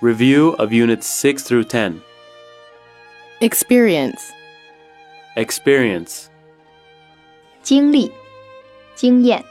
Review of Units 6 through 10. experience, Experience. 经历、经验、